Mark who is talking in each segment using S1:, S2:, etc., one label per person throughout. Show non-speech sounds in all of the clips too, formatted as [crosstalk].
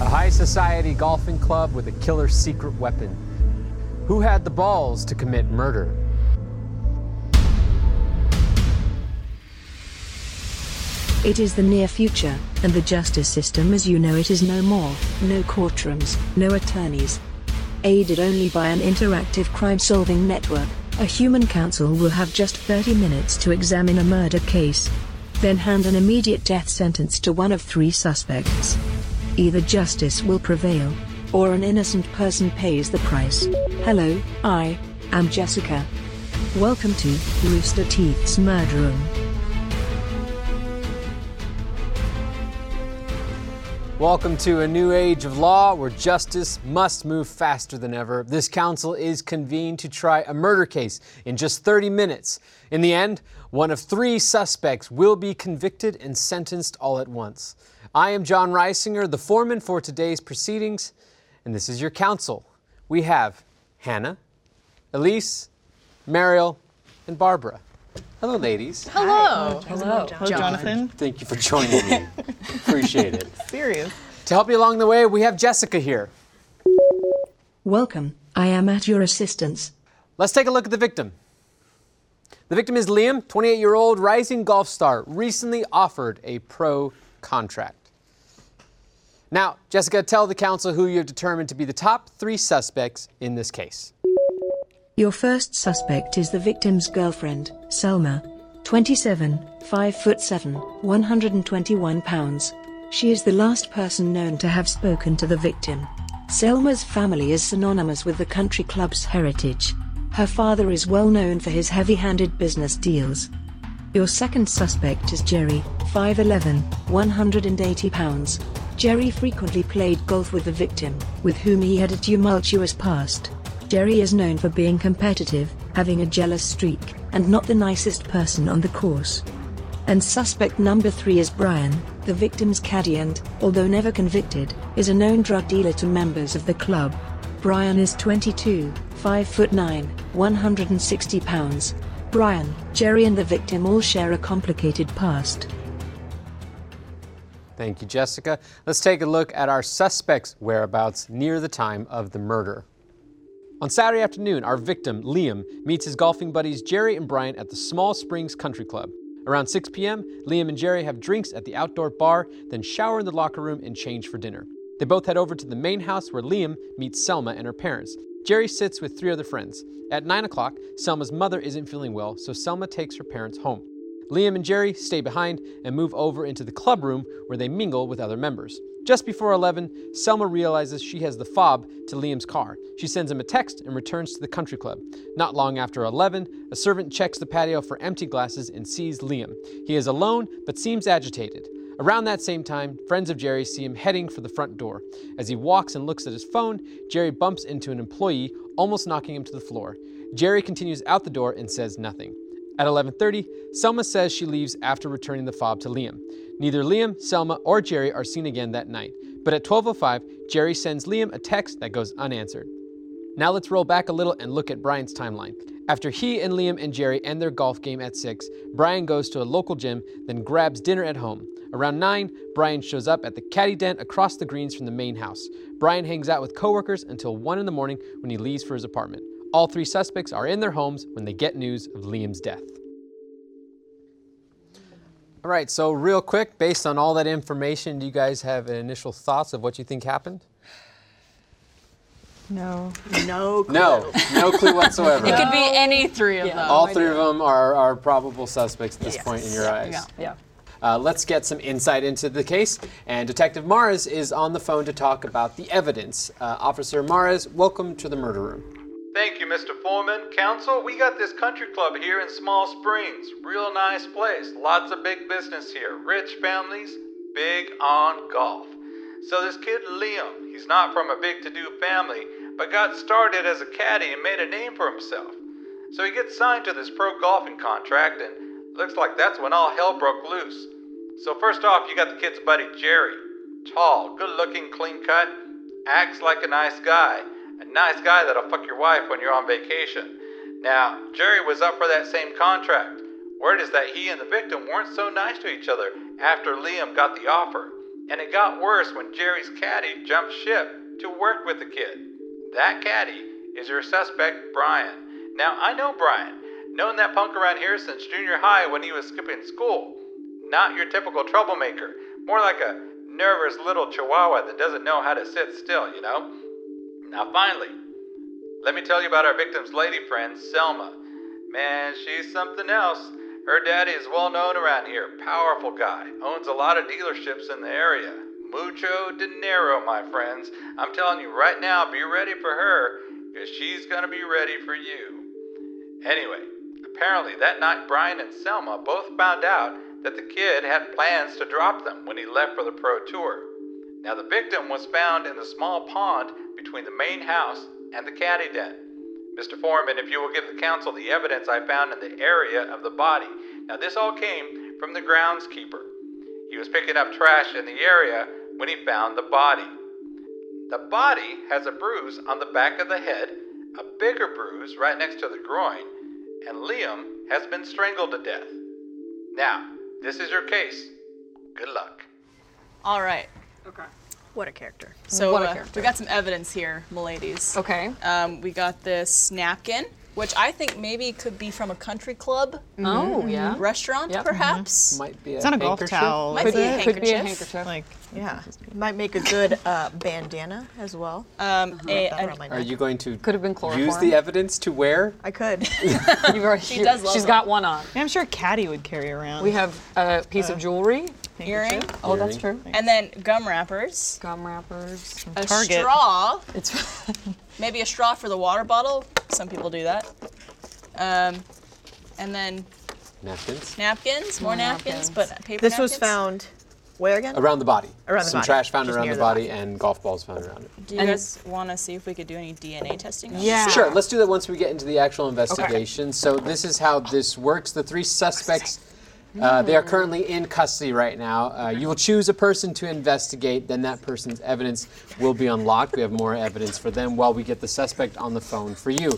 S1: A high society golfing club with a killer secret weapon. Who had the balls to commit murder?
S2: It is the near future, and the justice system as you know it is no more. No courtrooms, no attorneys. Aided only by an interactive crime solving network, a human counsel will have just 30 minutes to examine a murder case. Then hand an immediate death sentence to one of three suspects. Either justice will prevail, or an innocent person pays the price. Hello, I am Jessica. Welcome to Rooster Teeth's Murder Room.
S1: Welcome to a new age of law where justice must move faster than ever. This council is convened to try a murder case in just 30 minutes. In the end, one of three suspects will be convicted and sentenced all at once. I am John Reisinger, the foreman for today's proceedings, and this is your council. We have Hannah, Elise, Mariel, and Barbara. Hello, ladies.
S3: Hello.
S4: Hello.
S3: John.
S4: Jonathan.
S1: Thank you for joining
S4: [laughs]
S1: me. Appreciate it.
S4: Serious.
S1: To help you along the way, we have Jessica here.
S2: Welcome, I am at your assistance.
S1: Let's take a look at the victim. The victim is Liam, 28 year old rising golf star, recently offered a pro contract. Now, Jessica, tell the council who you have determined to be the top three suspects in this case.
S2: Your first suspect is the victim's girlfriend, Selma. 27, 5 foot 7, 121 pounds. She is the last person known to have spoken to the victim. Selma's family is synonymous with the country club's heritage. Her father is well known for his heavy handed business deals. Your second suspect is Jerry, 5'11, 180 pounds. Jerry frequently played golf with the victim, with whom he had a tumultuous past. Jerry is known for being competitive, having a jealous streak, and not the nicest person on the course. And suspect number three is Brian, the victim's caddy and, although never convicted, is a known drug dealer to members of the club. Brian is 22, 5 foot 9, 160 pounds. Brian, Jerry, and the victim all share a complicated past.
S1: Thank you, Jessica. Let's take a look at our suspect's whereabouts near the time of the murder. On Saturday afternoon, our victim, Liam, meets his golfing buddies Jerry and Brian at the Small Springs Country Club. Around 6 p.m., Liam and Jerry have drinks at the outdoor bar, then shower in the locker room and change for dinner. They both head over to the main house where Liam meets Selma and her parents. Jerry sits with three other friends. At 9 o'clock, Selma's mother isn't feeling well, so Selma takes her parents home. Liam and Jerry stay behind and move over into the club room where they mingle with other members. Just before 11, Selma realizes she has the fob to Liam's car. She sends him a text and returns to the country club. Not long after 11, a servant checks the patio for empty glasses and sees Liam. He is alone but seems agitated. Around that same time, friends of Jerry see him heading for the front door. As he walks and looks at his phone, Jerry bumps into an employee, almost knocking him to the floor. Jerry continues out the door and says nothing. At 11:30, Selma says she leaves after returning the fob to Liam. Neither Liam, Selma, or Jerry are seen again that night. But at 12:05, Jerry sends Liam a text that goes unanswered. Now let's roll back a little and look at Brian's timeline. After he and Liam and Jerry end their golf game at 6, Brian goes to a local gym, then grabs dinner at home. Around 9, Brian shows up at the caddy dent across the greens from the main house. Brian hangs out with coworkers until 1 in the morning when he leaves for his apartment. All three suspects are in their homes when they get news of Liam's death. All right, so real quick, based on all that information, do you guys have initial thoughts of what you think happened?
S4: No.
S5: No clue.
S1: No, no clue whatsoever.
S3: It could be any three of them.
S1: all three of them are, are probable suspects at this point in your eyes.
S3: Yeah.
S4: Yeah.
S1: Uh, let's get some insight into the case. And Detective Mares is on the phone to talk about the evidence. Uh, Officer Mares, welcome to the murder room.
S6: Thank you, Mr. Foreman. Council, we got this country club here in Small Springs. Real nice place. Lots of big business here. Rich families, big on golf. So this kid Liam, he's not from a big to-do family, but got started as a caddy and made a name for himself. So he gets signed to this pro golfing contract, and looks like that's when all hell broke loose. So first off, you got the kid's buddy Jerry. Tall, good-looking, clean-cut, acts like a nice guy. A nice guy that'll fuck your wife when you're on vacation. Now, Jerry was up for that same contract. Word is that he and the victim weren't so nice to each other after Liam got the offer. And it got worse when Jerry's caddy jumped ship to work with the kid. That caddy is your suspect, Brian. Now, I know Brian. Known that punk around here since junior high when he was skipping school. Not your typical troublemaker. More like a nervous little chihuahua that doesn't know how to sit still, you know? Now, finally, let me tell you about our victim's lady friend, Selma. Man, she's something else. Her daddy is well known around here, powerful guy, owns a lot of dealerships in the area. Mucho dinero, my friends. I'm telling you right now, be ready for her, because she's gonna be ready for you. Anyway, apparently that night Brian and Selma both found out that the kid had plans to drop them when he left for the pro tour. Now, the victim was found in the small pond between the main house and the caddy den. Mr. Foreman, if you will give the council the evidence I found in the area of the body. Now, this all came from the groundskeeper. He was picking up trash in the area when he found the body. The body has a bruise on the back of the head, a bigger bruise right next to the groin, and Liam has been strangled to death. Now, this is your case. Good luck.
S3: All right.
S4: Okay.
S5: What a character.
S3: So
S4: What a
S3: uh,
S4: character.
S3: we got some evidence here, miladies.
S4: Okay.
S3: Um, we got this napkin, which I think maybe could be from a country club, Mm-hmm.
S4: Oh, yeah.
S3: restaurant,
S4: Yep.
S3: perhaps.
S1: Mm-hmm. Might be
S7: It's not a golf
S1: handkerchief?
S7: towel.
S3: Might
S7: is
S3: be
S7: it?
S3: a
S4: Could be a
S3: handkerchief.
S4: handkerchief.
S7: Like,
S5: Yeah. Might make a good uh, bandana as well.
S3: Um, a-
S5: That
S3: an-
S5: around my
S1: Are
S5: neck.
S1: you going to
S4: Could have been
S1: use
S4: chloroform.
S1: the evidence to wear?
S5: I could.
S4: You've already, [laughs] she
S3: does love
S4: She's
S3: them.
S4: got one on.
S7: I'm sure a caddy would carry around.
S4: We have a piece of jewelry.
S3: earring,
S4: Oh, that's true.
S3: and then gum wrappers,
S4: Gum wrappers.
S3: a
S7: Target.
S3: straw,
S4: It's [laughs]
S3: maybe a straw for the water bottle. Some people do that. Um, and then
S1: Napkins?
S3: napkins, more napkins, but paper
S5: This was
S3: napkins.
S5: found where again?
S1: Around the body.
S5: Around the
S1: Some
S5: body.
S1: trash found
S5: Just
S1: around
S5: near
S1: the
S5: the
S1: body, and golf balls found around it.
S3: Do you guys want to see if we could do any DNA testing? on
S4: Yeah.
S3: this?
S1: Sure, let's do that once we get into the actual investigation. So this is how this works. The three suspects, uh, they are currently in custody right now. Uh, you will choose a person to investigate, then that person's evidence will be unlocked. We have more evidence for them while we get the suspect on the phone for you.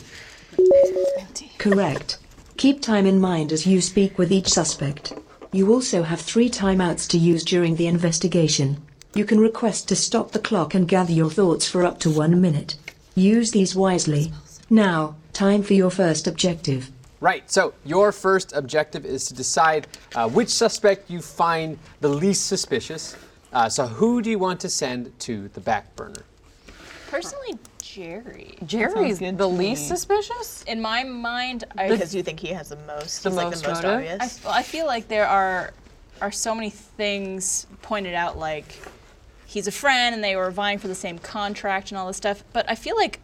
S2: Correct. Keep time in mind as you speak with each suspect. You also have three timeouts to use during the investigation. You can request to stop the clock and gather your thoughts for up to one minute. Use these wisely. Now, time for your first objective.
S1: Right, so your first objective is to decide uh, which suspect you find the least suspicious. Uh, so who do you want to send to the back burner?
S3: Personally, Jerry.
S4: Jerry's
S7: good
S4: the
S7: to
S4: least
S7: me.
S4: suspicious.
S3: In my mind, I
S5: Because you think he has the most.
S4: The
S5: he's like
S4: most
S5: the most
S4: motive?
S5: obvious.
S3: I, f- I feel like there are are so many things pointed out like he's a friend and they were vying for the same contract and all this stuff but i feel like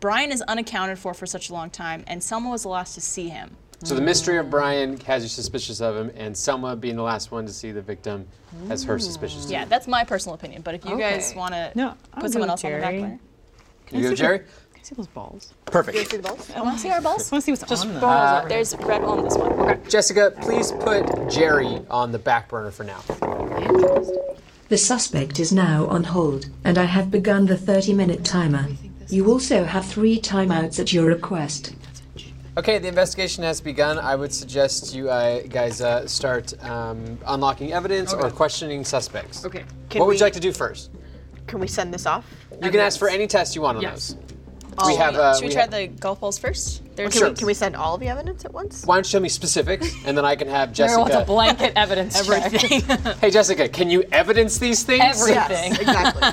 S3: brian is unaccounted for for such a long time and selma was the last to see him
S1: So the mystery of Brian has you suspicious of him, and Selma being the last one to see the victim has her suspicious.
S3: yeah that's my personal opinion but if you guys
S4: Okay.
S3: want to
S7: No, I'll
S3: put someone
S7: go
S3: else on the
S7: Jerry.
S3: back burner
S1: you go, Jerry.
S7: Can I see those balls?
S1: Perfect.
S3: i want to see our balls
S7: I want to see what's on them.
S3: there's red on this one
S1: Jessica, please put Jerry on the back burner for now.
S2: The suspect is now on hold, and I have begun the 30 minute timer. You also have three timeouts at your request.
S1: Okay, the investigation has begun. I would suggest you uh, guys uh, start um, unlocking evidence or questioning suspects.
S4: Okay.
S5: Can
S1: what would
S5: we-
S1: you like to do first?
S5: Can we send this off?
S1: You can ask for any test you want on
S7: Yes.
S1: those. We have. Uh,
S3: should we,
S1: we
S3: try
S1: ha-
S3: the golf balls first there's
S5: Can, we, can we send all the evidence at once?
S1: Why don't you show me specifics, and then I can have
S4: Jerry wants a
S1: Jessica. [laughs]
S4: blanket evidence
S5: [laughs]
S4: check.
S3: everything
S1: Hey, Jessica, can you evidence these things? Um,
S4: Everything.
S5: exactly.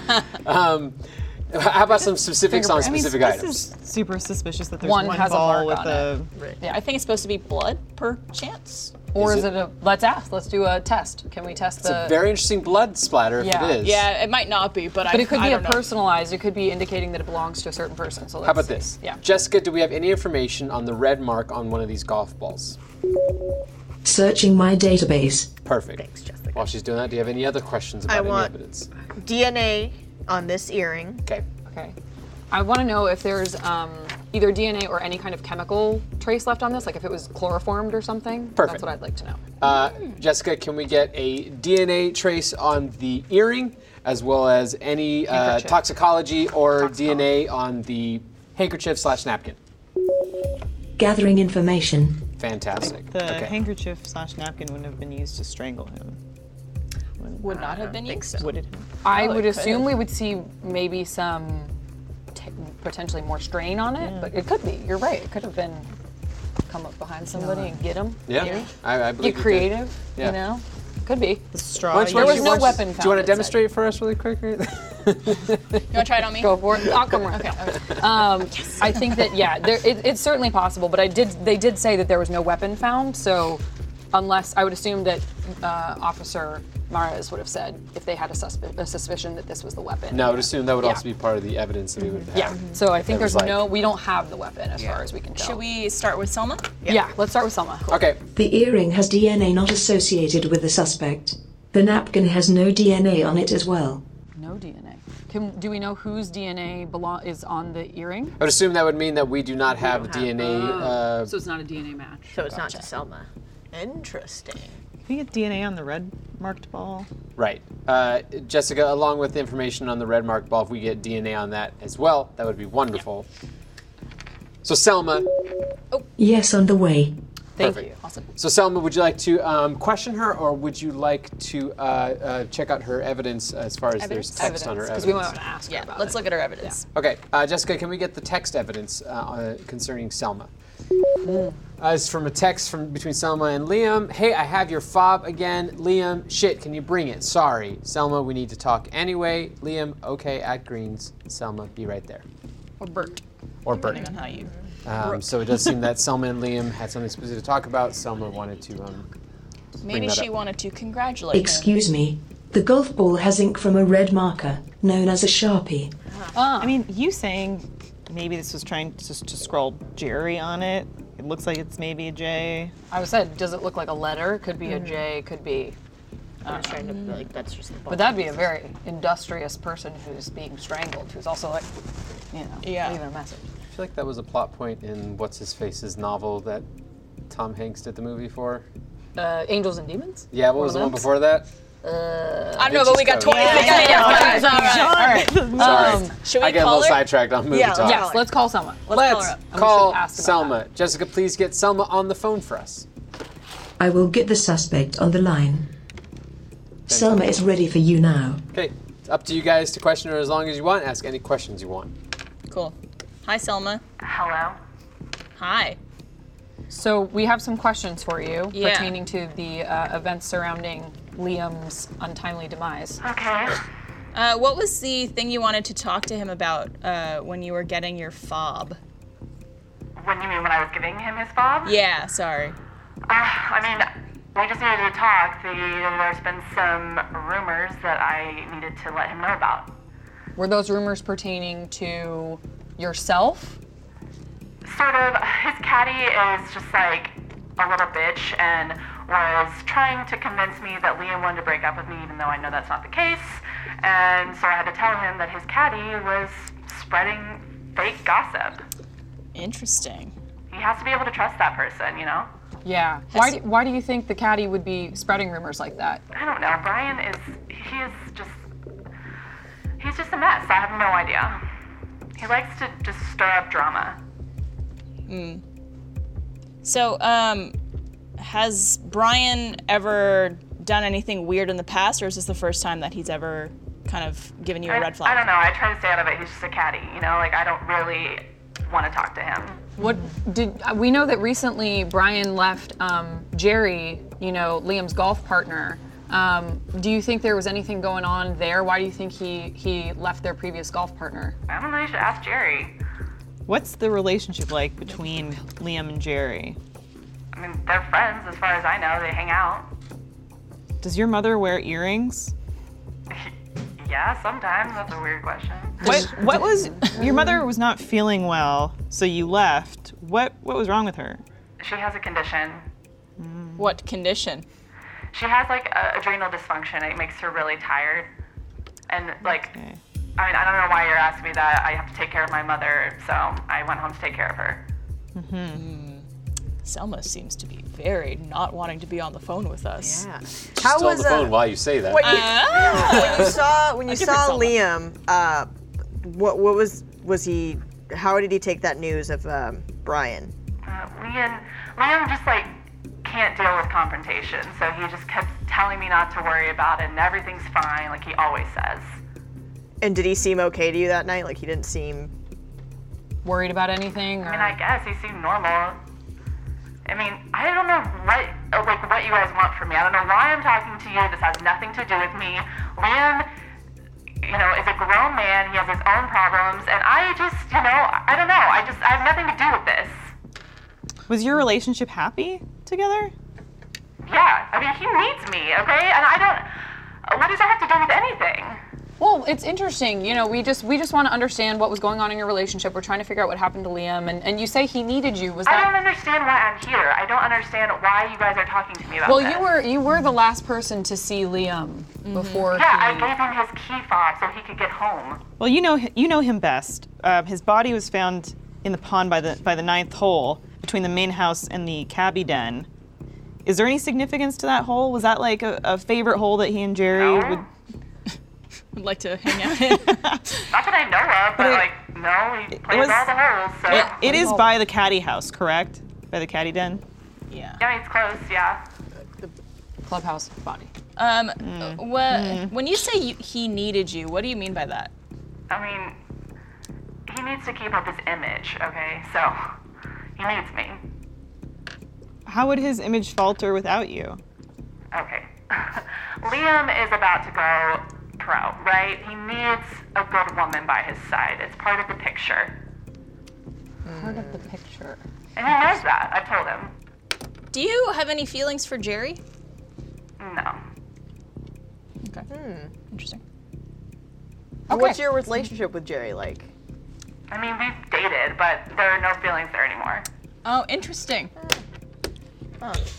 S1: How about some specifics on
S7: I mean,
S1: specific
S7: this
S1: items?
S7: is super suspicious that there's
S4: One
S7: one,
S4: has a
S7: ball
S4: mark
S7: with a.
S3: yeah i think it's supposed to be blood per chance
S4: Or
S1: Is
S4: is,
S1: it-
S4: it, a? Let's ask. Let's do a test. Can we test the?
S1: Very interesting blood splatter
S4: Yeah.
S1: if it is.
S3: yeah it might not be but, I,
S4: but it could
S3: I
S4: be a
S3: don't know.
S4: personalized. It could be indicating that it belongs to a certain person. So let's
S1: How about
S4: see.
S1: this?
S4: Yeah.
S1: Jessica, do we have any information on the red mark on one of these golf balls?
S2: Searching my database.
S1: Perfect.
S5: Thanks, Jessica.
S1: While she's doing that, do you have any other questions about
S5: I
S1: any
S5: want-
S1: evidence?
S5: DNA on this earring.
S1: Okay.
S4: Okay. I want to know if there's um, either DNA or any kind of chemical trace left on this, like if it was chloroformed or something.
S1: Perfect.
S4: That's what I'd like to know.
S1: Uh,
S4: Hmm.
S1: Jessica, can we get a DNA trace on the earring as well as any uh,
S4: Handkerchief.
S1: toxicology or DNA on the handkerchief slash napkin?
S2: Gathering information.
S1: Fantastic.
S7: The
S1: okay.
S7: handkerchief slash napkin wouldn't have been used to strangle him.
S3: would not have been used.
S7: Would it?
S4: I would assume we would see maybe some t- potentially more strain on it, but it could be. You're right. It could have been come up behind somebody and get them.
S1: Yeah, I, I believe
S4: Get
S1: you could.
S4: creative.
S1: Yeah.
S4: You know, could be.
S7: The straw.
S1: Why don't you-
S4: There
S1: why
S4: was
S1: don't
S4: no
S1: you- why don't you-
S4: weapon
S1: Do you want
S4: found
S1: to demonstrate it for us really quick?
S3: You want to try it on me?
S4: Go for it. I'll come around.
S1: [laughs]
S4: Um, I think that yeah, there, it, it's certainly possible. But I did. They did say that there was no weapon found. So unless I would assume that uh, Officer Mares would have said if they had a, susp- a suspicion that this was the
S1: [laughs]
S4: weapon.
S1: no, I would assume that would also
S4: Yeah.
S1: be part of the evidence that we would have.
S4: Yeah. So I think
S1: That was
S4: there's no.
S1: like-
S4: We don't have the weapon as far as we can tell.
S3: Should we start with Selma?
S4: Yeah. let's start with Selma.
S1: Okay,
S2: The earring has DNA not associated with the suspect. The napkin has no DNA on it as well.
S4: No DNA. Can do we know whose DNA belong is on the earring?
S1: I would assume that would mean that we do not have DNA. Uh,
S4: So it's not a DNA match.
S5: So it's not to Selma. Interesting.
S7: Can you get DNA on the red marked ball?
S1: right, uh, Jessica. Along with the information on the red mark ball, if we get DNA on that as well, that would be wonderful. So Selma,
S2: Yes, on the way.
S4: Thank
S1: Perfect.
S4: you. Awesome.
S1: so Selma, would you like to um, question her, or would you like to uh, uh, check out her evidence as far as there's text on her
S4: Because
S1: evidence?
S4: we might want to ask her about
S3: Let's
S4: it.
S3: look at her evidence.
S1: Okay, uh, Jessica, can we get the text evidence uh, uh, concerning Selma? Uh, it's from a text from between Selma and Liam. Hey, I have your fob again, Liam. Shit, can you bring it? Sorry, Selma. We need to talk anyway. Liam, okay, at Greens. Selma, be right there.
S4: Or Bert.
S1: Or Bert.
S3: Depending on how you.
S1: Um, so it does seem that Selma and Liam had something specific to talk about. Selma wanted to. Um,
S3: Maybe
S1: that
S3: she
S1: up.
S3: wanted to congratulate him.
S2: Excuse me. The golf ball has ink from a red marker, known as a sharpie.
S3: Uh-huh.
S4: Ah.
S7: I mean, you saying maybe this was trying just to scroll Jerry on it. It looks like it's maybe a J.
S4: I was said, does it look like a letter? Could be a J. Could be.
S5: I was Mm. trying to be like that's just the
S4: But that'd be a very industrious person who's being strangled, who's also like, you know,
S3: Yeah.
S4: leaving a message.
S1: I feel like that was a plot point in what's his face's novel that Tom Hanks did the movie for.
S4: Uh, Angels and demons.
S1: Yeah, what was the one before that?
S3: I don't know, but we got
S1: Bitches code.
S3: 20 minutes. Yeah,
S1: Sorry,
S3: Should we
S1: I get a
S3: call
S1: little
S3: her?
S1: sidetracked on movie
S5: Yeah,
S1: talk.
S4: Um, Yes, let's call someone.
S1: Let's
S3: her up.
S4: And uh, we
S1: call
S4: should ask about
S1: Selma. Jessica, please get Selma on the phone for us.
S2: I will get the suspect on the line. Selma is ready for you now.
S1: Okay, it's up to you guys to question her as long as you want. Ask any questions you want.
S3: Cool. Hi, Selma.
S8: Hello?
S3: Hi.
S4: So we have some questions for you
S3: Yeah.
S4: pertaining to the uh, events surrounding Liam's untimely demise.
S8: Okay.
S3: Uh, what was the thing you wanted to talk to him about uh, when you were getting your fob?
S8: What do you mean when I was giving him his fob?
S3: Yeah, sorry.
S8: Uh, I mean, we just needed to talk. The, there's been some rumors that I needed to let him know about.
S4: Were those rumors pertaining to yourself?
S8: Sort of, his caddy is just like a little bitch and was trying to convince me that Liam wanted to break up with me, even though I know that's not the case. And so I had to tell him that his caddy was spreading fake gossip.
S3: Interesting.
S8: He has to be able to trust that person, you know?
S4: Yeah. Why do, why do you think the caddy would be spreading rumors like that?
S8: I don't know. Brian is he is just he's just a mess. I have no idea. He likes to just stir up drama.
S3: Mm. So, um, has Brian ever done anything weird in the past, or is this the first time that he's ever kind of given you a red
S8: I
S3: flag?
S8: don't know. I try to stay out of it. He's just a caddy, you know. Like I don't really want to talk to him.
S4: What did uh, we know that recently Brian left um, Jerry, you know, Liam's golf partner. Um, do you think there was anything going on there? Why do you think he he left their previous golf partner?
S8: I don't know. You should ask Jerry.
S7: What's the relationship like between Liam and Jerry?
S8: I mean, they're friends as far as I know. They hang out.
S7: Does your mother wear earrings?
S8: Yeah, sometimes that's a weird question.
S7: What what was your mother was not feeling well, so you left. What what was wrong with her?
S8: She has a condition.
S3: What condition?
S8: She has like a, adrenal dysfunction. It makes her really tired, and like.
S7: Okay.
S8: I mean, I don't know why you're asking me that. I have to take care of my mother, so I went home to take care of her.
S3: Hmm. Selma seems to be very not wanting to be on the phone with us.
S5: Yeah. How
S1: Still on
S5: was
S1: the phone
S5: uh,
S1: while you say that.
S5: what you,
S4: Ah.
S1: [laughs]
S5: when you saw when you saw
S3: Selma.
S5: Liam? Uh, what what was was he? How did he take that news of um, Brian?
S8: Uh, Leon, Leon just like can't deal with confrontation, so he just kept telling me not to worry about it and everything's fine, like he always says.
S5: And did he seem okay to you that night? Like he didn't seem.
S4: Worried about anything? Or...
S8: I mean, I guess he seemed normal. I mean, I don't know what uh, like what you guys want from me. I don't know why I'm talking to you. This has nothing to do with me. Liam, you know, is a grown man. He has his own problems, and I just, you know, I don't know. I just I have nothing to do with this.
S7: Was your relationship happy together?
S8: Yeah, I mean, he needs me, okay? And I don't. What does that have to do with anything?
S4: Well, it's interesting. You know, we just we just want to understand what was going on in your relationship. We're trying to figure out what happened to Liam, and, and you say he needed you. Was
S8: I don't
S4: that?
S8: understand why I'm here. I don't understand why you guys are talking to me about
S4: Well,
S8: this.
S4: you were you were the last person to see Liam
S3: Mm-hmm.
S4: before
S8: Yeah, I
S4: he.
S8: gave him his key fob so he could get home.
S7: Well, you know you know him best. Uh, his body was found in the pond by the by the ninth hole between the main house and the cabbie den. Is there any significance to that hole? Was that like a, a favorite hole that he and Jerry
S8: No.
S7: would?
S3: Would like to hang out [laughs] in.
S8: Not that I know of, but,
S7: it-
S8: like, no, he plays
S7: was-
S8: all the holes, so.
S7: It- it is by the caddy house, correct? By the caddy den.
S3: yeah.
S8: I mean, it's close, yeah.
S4: Clubhouse body.
S3: Um, wha- when you say you, he needed you, what do you mean by that?
S8: I mean, he needs to keep up his image, okay? So, he needs me.
S7: How would his image falter without you?
S8: Okay. [laughs] Liam is about to go pro, right? He needs a good woman by his side. It's part of the picture.
S4: Part of the picture.
S8: And he knows that. I told him.
S3: Do you have any feelings for Jerry?
S8: No.
S4: Okay.
S3: Hmm. Interesting.
S4: Okay.
S5: What's your relationship with Jerry like?
S8: I mean, we've dated, but there are no feelings there anymore.
S3: Oh, interesting.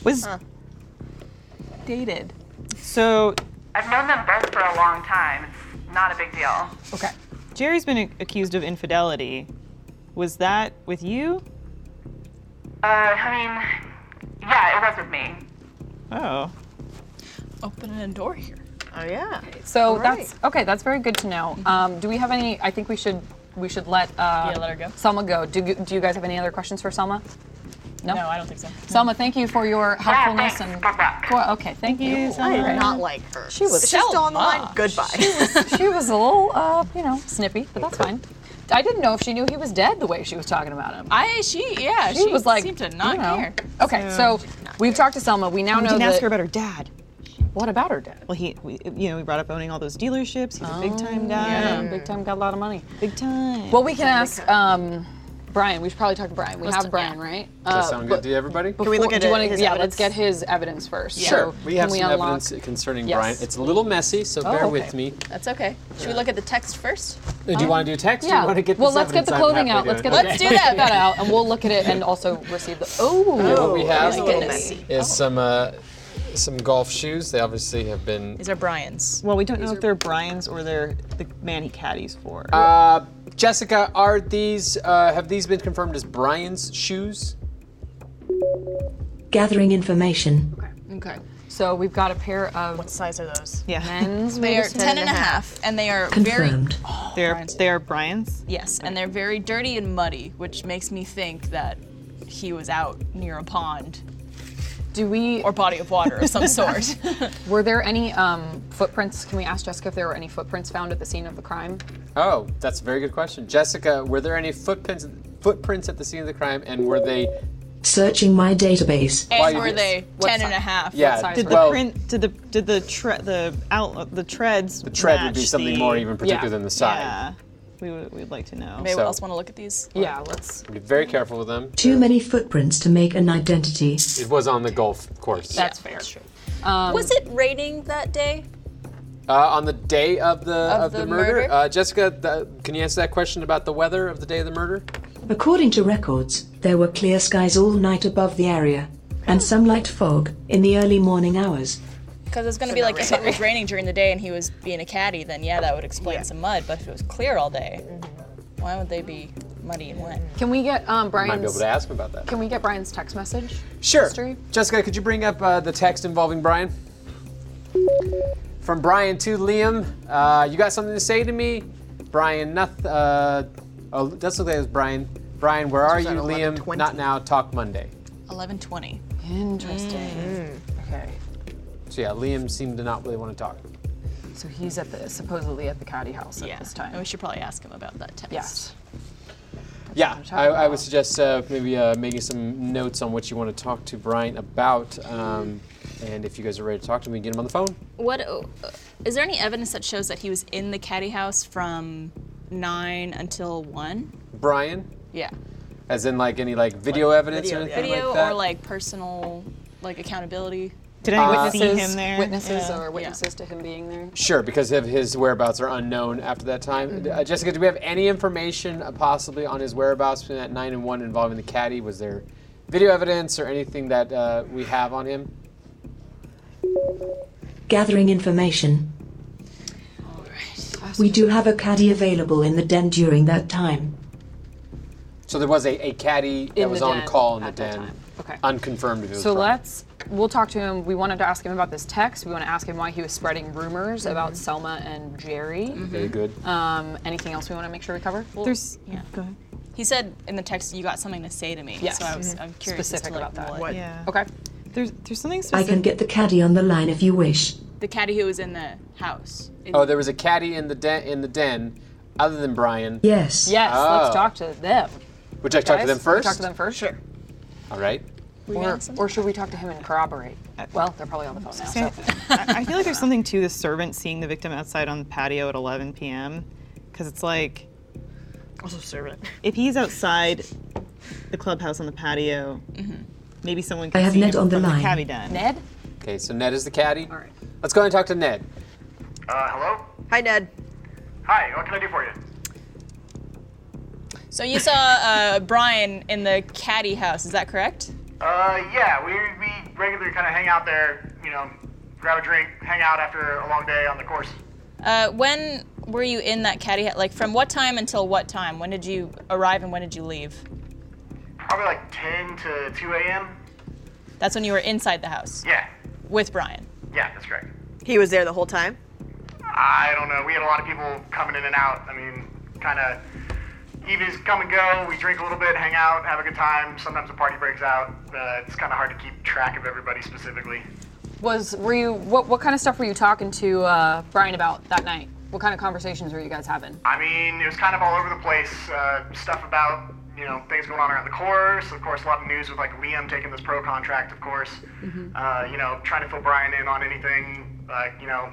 S7: Was
S4: dated?
S7: so
S8: I've known them both for a long time. It's not a big deal.
S4: Okay.
S7: Jerry's been a- accused of infidelity. Was that with you?
S8: Uh, I mean, yeah, it was with me.
S7: Oh,
S3: Opening a door here.
S5: Oh yeah.
S4: So
S5: All
S4: that's okay. That's very good to know. Um, do we have any? I think we should we should let uh,
S3: Mm-hmm. Yeah, let her go.
S4: Selma go. Do you- do you guys have any other questions for Selma? No.
S3: No, I don't think so.
S4: Selma, thank you for your
S8: Yeah,
S4: helpfulness
S8: thanks.
S4: and.
S8: Good luck.
S4: Well, okay, thank, you.
S5: I did not like her. She was she's still on the line. Goodbye.
S4: she was a little, uh, you know, snippy, but that's fine. I didn't know if she knew he was dead the way she was talking about him.
S3: I she yeah
S4: She, was like,
S3: seemed to not
S4: you know.
S3: care.
S4: Okay, so we've talked to Selma. We now
S7: we
S4: know
S7: didn't
S4: that.
S7: ask her about her dad.
S4: what about her dad?
S7: Well, he, we, you know, we brought up owning all those dealerships. He's a big time guy.
S4: Oh, Yeah, big time, got a lot of money.
S7: Big time.
S4: Well, we can ask um, Brian. We should probably talk to Brian. We have
S3: t-
S4: Brian,
S3: yeah.
S4: right? Uh,
S1: Does that sound good to everybody?
S5: we look at
S4: do you
S5: it-
S4: wanna,
S5: his
S4: Yeah, let's
S5: evidence?
S4: get his evidence first.
S1: Sure.
S4: So
S1: We have
S4: can we
S1: some
S4: unlock-
S1: evidence concerning
S4: Yes. Oh,
S1: Brian. It's a little messy, so bear
S4: okay. Uh,
S1: with me.
S3: That's okay. Should we look at the text first?
S1: Do you want to do text? Or do
S4: Yeah.
S1: you want to get
S4: well,
S1: this
S4: let's get
S1: evidence?
S4: the
S1: I'm
S4: clothing
S1: halfway
S4: out. Let's get
S1: done.
S4: the,
S3: do
S1: Okay.
S3: that.
S4: that out, and we'll look at it and also receive the. Oh,
S1: What we have
S5: my goodness.
S1: is some uh, some golf shoes. They obviously have been
S3: These are Brian's.
S7: Well, we don't know if they're Brian's or they're the man he caddies for.
S1: Uh, Jessica, are these uh, have these been confirmed as Brian's shoes?
S2: Gathering information.
S4: Okay. So we've got a pair of
S5: what size are those?
S7: yeah,
S4: men's.
S3: They are
S4: maybe?
S3: 10 and a half, and they are very Oh,
S2: Confirmed.
S7: they're
S3: Brian's.
S7: they're Brian's.
S3: yes, and they're very dirty and muddy, which makes me think that he was out near a pond
S4: Do we?
S3: or body of water of [laughs] some sort.
S4: Were there any um, footprints? Can we ask Jessica if there were any footprints found at the scene of the crime?
S1: Oh, that's a very good question, Jessica. Were there any footprints footprints at the scene of the crime, and were they?
S2: Searching my database.
S1: Why
S3: and were
S1: did-
S3: they
S4: what
S3: 10 and
S4: size?
S3: a half?
S1: Yeah.
S4: size
S7: Did
S4: were
S7: the
S1: well,
S7: print? Did the did the tre- the out the treads? The
S1: tread would be something more even particular
S4: yeah,
S1: than the side.
S7: Yeah, we would we'd like to know.
S3: Maybe
S1: So-
S3: else want to look at these?
S4: Yeah. Let's.
S1: Be very careful with them.
S2: Too many footprints to make an identity.
S1: It was on the golf course.
S4: That's fair.
S3: was it raining that day?
S1: Uh, on the day of the of, the,
S3: the
S1: murder,
S3: murder?
S1: Uh, Jessica, the, can you answer that question about the weather of the day of the murder?
S2: According to records, there were clear skies all night above the area, and some light fog in the early morning hours.
S3: Because it's going to be like if it was raining during the day and he was being a caddy, then yeah, Mm-hmm. that would explain some mud. But if it was clear all day, why would they Oh, be muddy and wet?
S4: Can we get um,
S1: Might be able
S4: Brian's?
S1: to ask him about that.
S4: Can we get Brian's text message?
S1: Sure.
S4: History?
S1: Jessica, could you bring up uh, the text involving Brian? From Brian to Liam, uh, you got something to say to me? Brian, nothing. Uh, oh, that's okay. It was Brian. Brian, where are you?
S5: at
S1: Liam,
S5: 11:20.
S1: not now. Talk Monday.
S3: 11:20.
S4: Interesting.
S3: Mm-hmm.
S4: Okay.
S1: So yeah, Liam seemed to not really want to talk.
S4: So he's at the supposedly at the Caddy house at
S3: Yeah.
S4: this
S3: And we
S4: time.
S3: should probably ask him about that text.
S4: Yes.
S1: Yeah,
S4: what
S1: I,
S4: I'm talking
S1: I would
S4: about.
S1: suggest uh, maybe uh, making some notes on what you want to talk to Brian about. Um, and if you guys are ready to talk to him, we can get him on the phone.
S3: What uh, is there any evidence that shows that he was in the caddy house from nine until one?
S1: Brian,
S3: Yeah.
S1: as in like any like video evidence or
S5: video, yeah.
S1: anything
S3: Video
S1: like that.
S3: or like personal, like accountability.
S7: Did anyone see
S4: Witnesses-
S7: him there?
S4: Uh, Witnesses
S7: Yeah.
S4: or witnesses to him being there.
S1: Sure, because of his whereabouts are unknown after that time.
S4: Mm-hmm.
S1: Uh, Jessica, do we have any information uh, possibly on his whereabouts between that nine and one involving the caddy? Was there video evidence or anything that uh, we have on him?
S2: Gathering information. We do have a caddy available in the den during that time.
S1: So there was a, a caddy that
S4: In
S1: was
S4: the
S1: on
S4: den
S1: call in the
S4: at that
S1: den,
S4: time. Okay.
S1: unconfirmed. If it was
S4: So
S1: Brian.
S4: let's. We'll talk to him. We wanted to ask him about this text. We want to ask him why he was spreading
S3: Mm-hmm.
S4: rumors about Selma and Jerry.
S1: Very good.
S4: Um, anything else we want to make sure we cover?
S7: There's. Go ahead.
S3: He said in the text, "You got something to say to me."
S4: Yes.
S3: So I was, I'm curious as to,
S4: Mm-hmm. Specific
S3: like,
S4: about that.
S3: What?
S7: Yeah.
S4: okay.
S7: There's there's something
S2: I
S7: specific.
S2: can get the caddy on the line if you wish.
S3: The caddy who was in the house. It-
S1: Oh, there was a caddy in the den. In the den, other than Brian.
S2: Yes.
S4: Yes.
S1: Oh.
S4: Let's talk to them.
S1: Would you like to talk to them
S4: guys. Can we
S1: first?
S4: Talk to them first. Sure.
S1: All right.
S4: Or, or should we talk to him and corroborate? Well, they're probably on the phone now.
S7: I,
S4: So.
S7: I I feel like there's something to the servant seeing the victim outside on the patio at 11 p.m. Because it's like
S5: Also servant.
S7: if he's outside the clubhouse on the patio, maybe someone. Can
S2: I have
S7: see
S2: Ned
S7: him
S2: on the
S7: from
S2: line.
S7: Cabby den.
S4: Mm-hmm. Ned.
S1: Okay, so Ned is the caddy. All
S4: right.
S1: Let's go ahead and talk to Ned.
S9: Uh, hello?
S5: Hi, Ned.
S9: Hi, what can I do for you?
S3: So you saw uh, Brian in the caddy house. Is that correct?
S9: Uh, yeah, we, we regularly kind of hang out there, you know, grab a drink, hang out after a long day on the course.
S3: Uh, when were you in that caddy house? Like from what time until what time? When did you arrive and when did you leave?
S9: Probably like 10 to 2 a.m.
S3: That's when you were inside the house
S9: Yeah,
S3: with Brian.
S9: yeah, that's correct.
S5: He was there the whole time.
S9: I don't know. We had a lot of people coming in and out. I mean, kind of evenings come and go. We drink a little bit, hang out, have a good time. Sometimes a party breaks out. Uh, it's kind of hard to keep track of everybody specifically.
S4: Was were you what what kind of stuff were you talking to uh, Brian about that night? What kind of conversations were you guys having?
S9: I mean, it was kind of all over the place. Uh, stuff about you know things going on around the course. Of course, a lot of news with like Liam taking this pro contract. Of course, uh, you know, trying to fill Brian in on anything like you know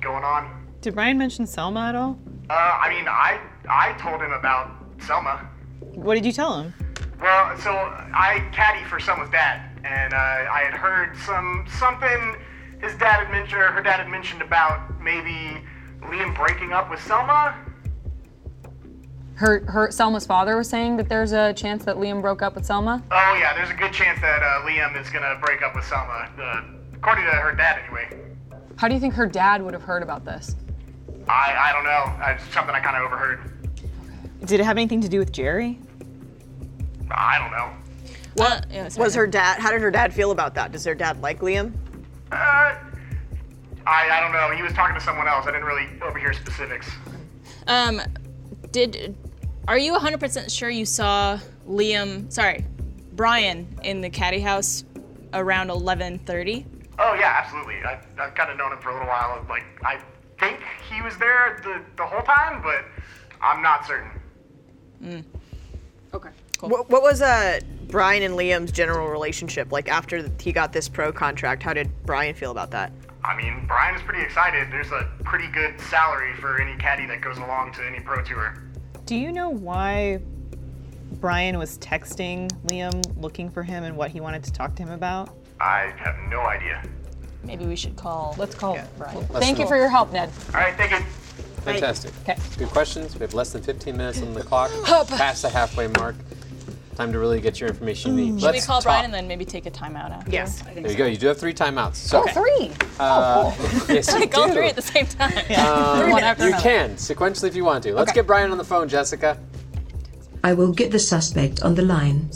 S9: going on.
S7: Did Brian mention Selma at all?
S9: Uh, I mean, I I told him about Selma.
S7: What did you tell him?
S9: Well, so I caddy for someone's dad, and uh, I had heard some something his dad had mentioned, or her dad had mentioned about maybe Liam breaking up with Selma.
S4: Her her Selma's father was saying that there's a chance that Liam broke up with Selma.
S9: Oh yeah, there's a good chance that uh, Liam is gonna break up with Selma, uh, according to her dad anyway.
S4: How do you think her dad would have heard about this?
S9: I I don't know. It's something I kind of overheard.
S7: Did it have anything to do with Jerry?
S9: I don't know.
S4: Uh,
S3: What yeah, sorry.
S5: Was her dad? How did her dad feel about that? Does her dad like Liam?
S9: Uh, I I don't know. He was talking to someone else. I didn't really overhear specifics.
S3: Um, did are you 100% sure you saw Liam? Sorry, Brian in the caddy house around 11:30?
S9: Oh yeah, absolutely. I, I've kind of known him for a little while. Like I think he was there the, the whole time, but I'm not certain.
S4: Okay.
S5: What, what was uh, Brian and Liam's general relationship like after he got this pro contract? How did Brian feel about that?
S9: I mean, Brian is pretty excited. There's a pretty good salary for any caddy that goes along to any pro tour.
S7: Do you know why Brian was texting Liam looking for him and what he wanted to talk to him about?
S9: I have no idea.
S3: Maybe we should call.
S4: Let's call Brian. Thank you for your help, Ned.
S9: All right, thank you.
S1: Fantastic.
S4: Okay.
S1: Good questions. We have less than 15 minutes
S4: [laughs]
S1: on the clock. Past the halfway mark. Time to really get your information
S4: Mm,
S1: you need.
S3: Mm. Should we call Brian and then maybe take a timeout after?
S5: Yes.
S1: There you go. You do have three timeouts. So
S4: Oh, three. oh,
S1: [laughs]
S4: cool.
S3: [laughs]
S1: Yes,
S4: [laughs]
S1: you
S3: Go
S1: do. Um,
S3: three at the same time.
S1: Uh,
S4: Three one after
S1: You
S4: another.
S1: can sequentially if you want to. Let's
S4: Okay.
S1: get Brian on the phone, Jessica.
S2: I will get the suspect on the line.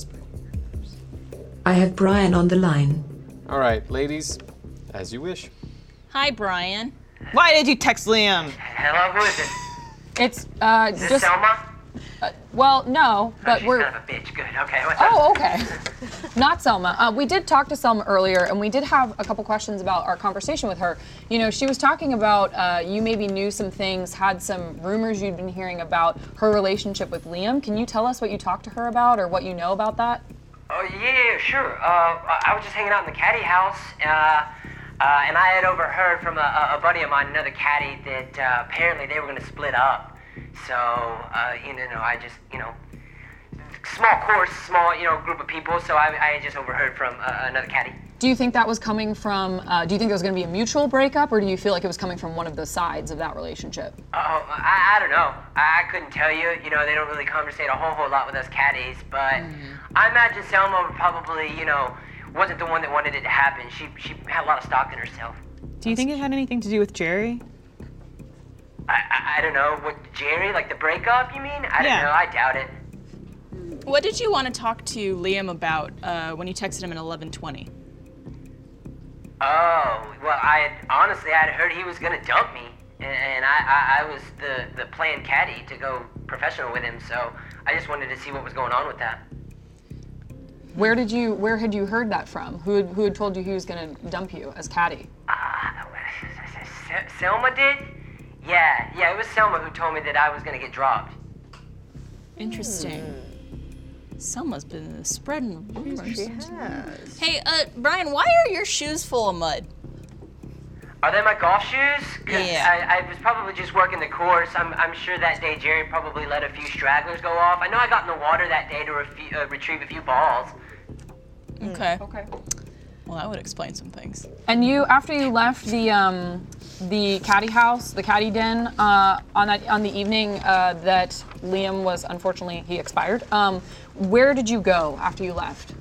S2: I have Brian on the line.
S1: All right, ladies, as you wish.
S3: Hi, Brian.
S7: Why did you text Liam?
S9: Hello, who is it?
S4: It's uh,
S9: Is
S4: just uh,
S9: Selma?
S4: Well, no, but
S10: Oh, She's
S4: we're
S10: kind of a bitch. Good. Okay. What's up?
S4: Oh, okay. Not Selma. Uh, we did talk to Selma earlier, and we did have a couple questions about our conversation with her. You know, she was talking about uh, you maybe knew some things, had some rumors you'd been hearing about her relationship with Liam. Can you tell us what you talked to her about or what you know about that?
S10: Oh yeah, sure. Uh, I I was just hanging out in the caddy house, uh, uh, and I had overheard from a, a buddy of mine, another caddy, that uh, apparently they were going to split up. So uh, you know, I just you know, small course, small you know group of people. So I, I had just overheard from uh, another caddy.
S4: Do you think that was coming from? Uh, do you think there was going to be a mutual breakup, or do you feel like it was coming from one of the sides of that relationship?
S10: Oh, I, I don't know. I, I couldn't tell you. You know, they don't really conversate a whole whole lot with us caddies, but I imagine Selma probably you know wasn't the one that wanted it to happen. She she had a lot of stock in herself.
S7: Do you think it had anything to do with Jerry?
S10: I, I, I don't know. What Jerry? Like the breakup? You mean? I
S7: Yeah.
S10: don't know. I doubt it.
S3: What did you want to talk to Liam about uh, when you texted him at 11:20?
S10: Oh well, I had, honestly I had heard he was gonna dump me, and, and I, I I was the the plan caddy to go professional with him, so I just wanted to see what was going on with that.
S4: Where did you? Where had you heard that from? Who had, who had told you he was going to dump you as caddy?
S10: S- Selma did? Yeah, yeah. It was Selma who told me that I was gonna get dropped.
S3: Interesting.
S5: Hmm.
S3: Selma's been spreading rumors. Hey, uh, Brian, why are your shoes full of mud?
S10: Are they my golf shoes? 'Cause
S3: Yeah.
S10: I, I was probably just working the course. I'm, I'm sure that day Jerry probably let a few stragglers go off. I know I got in the water that day to refu- uh, retrieve a few balls.
S5: Hmm.
S3: Okay.
S4: Okay.
S3: Well, that would explain some things.
S4: And you, after you left the um, the caddy house, the caddy den, uh, on that on the evening uh, that Liam was unfortunately he expired. Um, where did you go after you left?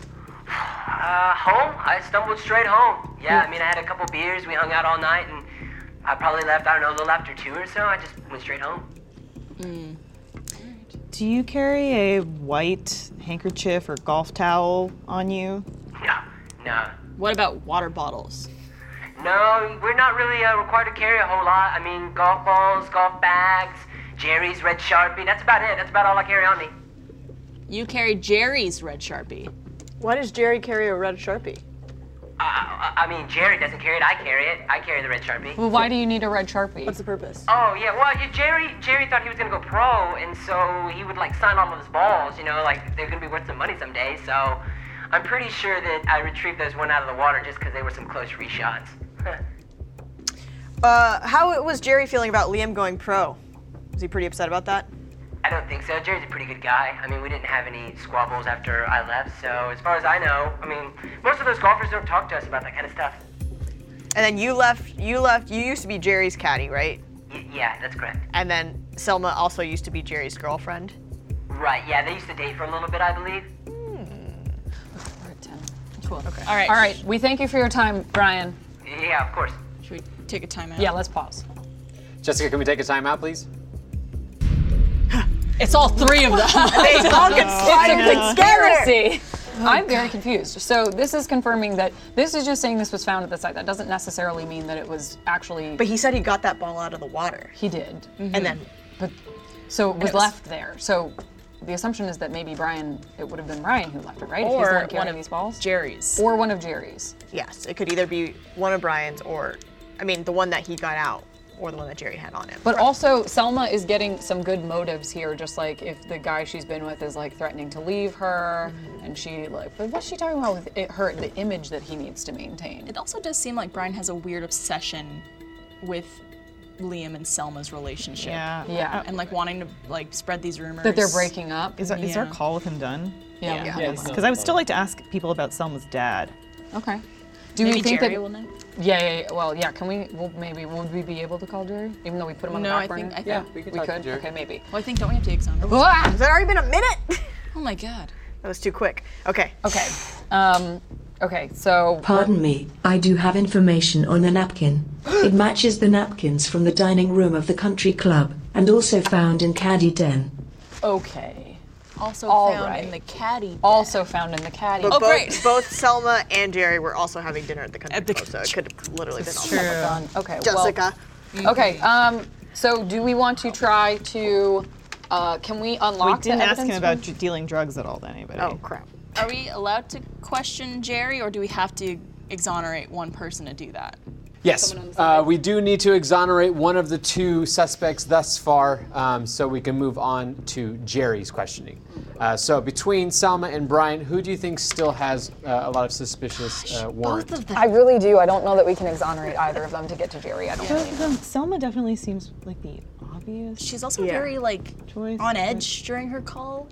S10: Uh, home? I stumbled straight home. Yeah, I mean, I had a couple beers. We hung out all night, and I probably left, I don't know, a little after two or so. I just went straight home.
S7: Do you carry a white handkerchief or golf towel on you?
S10: No, no.
S3: What about water bottles?
S10: No, we're not really uh, required to carry a whole lot. I mean, golf balls, golf bags, Jerry's red Sharpie. That's about it. That's about all I carry on me.
S3: You carry Jerry's red sharpie.
S5: Why does Jerry carry a red sharpie?
S10: Uh, I I mean, Jerry doesn't carry it. I carry it. I carry the red Sharpie.
S4: Well, why do you need a red sharpie?
S5: What's the purpose?
S10: Oh yeah, well yeah, Jerry Jerry thought he was gonna go pro, and so he would like sign all of his balls. You know, like they're gonna be worth some money someday. So I'm pretty sure that I retrieved those one out of the water just because they were some close reshots.
S5: Uh, how was Jerry feeling about Liam going pro? Was he pretty upset about that?
S10: I don't think so. Jerry's a pretty good guy. I mean, we didn't have any squabbles after I left, so as far as I know, I mean, most of those golfers don't talk to us about that kind of stuff.
S5: And then you left. You left. You used to be Jerry's caddy, right?
S10: Y- yeah, that's correct.
S5: And then Selma also used to be Jerry's girlfriend.
S10: Right? Yeah, they used to date for a little bit, I believe.
S4: We're at 10. Cool. Okay.
S3: Hmm. All right.
S4: All right. We thank you for your time, Brian.
S10: Yeah, of course.
S3: Should we take a timeout?
S4: Yeah. Let's pause.
S1: Jessica, can we take a time out, please?
S3: It's all three of them.
S5: [laughs] They all get slide
S4: It's a
S5: in together.
S4: conspiracy. I'm very confused. So this is confirming that this is just saying this was found at the site. That doesn't necessarily mean that it was actually.
S5: But he said he got that ball out of the water,
S4: he did.
S5: and then
S4: So it was
S3: it was-
S4: left there. So the assumption is that maybe Brian, it would have been Brian who left it, right? If he's the
S3: or
S4: one carrying
S3: one of
S4: these balls.
S3: Jerry's.
S4: or one of Jerry's.
S5: yes, it could either be one of Brian's or, I mean, the one that he got out or the one that Jerry had on him.
S4: But also, Selma is getting some good motives here. Just like if the guy she's been with is like threatening to leave her,
S3: Mm-hmm.
S4: and she like, but what's she talking about with it, her the image that he needs to maintain?
S3: It also does seem like Brian has a weird obsession with Liam and Selma's relationship.
S4: Yeah.
S3: And like wanting to like spread these rumors.
S4: That they're breaking up.
S7: Is our, is our
S3: Yeah.
S7: call with him done?
S4: yeah.
S3: yeah.
S4: yeah.
S7: Because I would still like to ask people about Selma's dad.
S4: Okay. Do
S3: Maybe
S4: we think
S3: Jerry
S4: that?
S3: will know.
S4: Yeah, yeah, yeah. Well, yeah. Can we? Well, maybe would we be able to call Jerry, even though we put him on
S3: No,
S4: the back
S3: I think
S4: burner?
S3: I think.
S1: we could
S4: we
S1: talk to
S4: could.
S1: Jerry.
S4: Okay, maybe.
S3: Well, I think don't we have to exonerate?
S4: Ah!
S5: Has that already been a minute? that
S3: Oh my god.
S5: was too quick. Okay.
S4: Okay. Um, okay. So
S2: Pardon me, I do have information on a
S4: [gasps]
S2: napkin. It matches the napkins from the dining room of the country club, and also found in Caddy Den.
S4: ah, okay.
S3: Also
S4: All
S3: found
S4: right.
S3: in the caddy.
S4: Also found in the caddy.
S5: But both,
S3: great.
S5: both Selma and Jerry were also having dinner at the country
S3: At the
S5: club, so it could have literally been all
S4: Done. Okay. well-
S5: Jessica.
S4: Okay. Um, so do we want to try to Uh, can we
S7: We
S4: unlock? the
S7: didn't ask him
S4: evidence
S7: about
S4: room?
S7: d- dealing drugs at all, then, anybody.
S4: Oh crap!
S3: Are we allowed to question Jerry, or do we have to exonerate one person to do that?
S1: Yes, uh, we do need to exonerate one of the two suspects thus far, um, so we can move on to Jerry's questioning. Uh, so between Salma and Brian, who do you think still has uh, a lot of suspicious uh, warrant?
S3: Both of them.
S4: I really do. I don't know that we can exonerate either of them to get to Jerry. I don't. really know.
S7: Um, Selma definitely seems like the obvious.
S3: She's also
S5: Yeah.
S3: very like
S7: Choice,
S3: on
S7: but-
S3: edge during her call.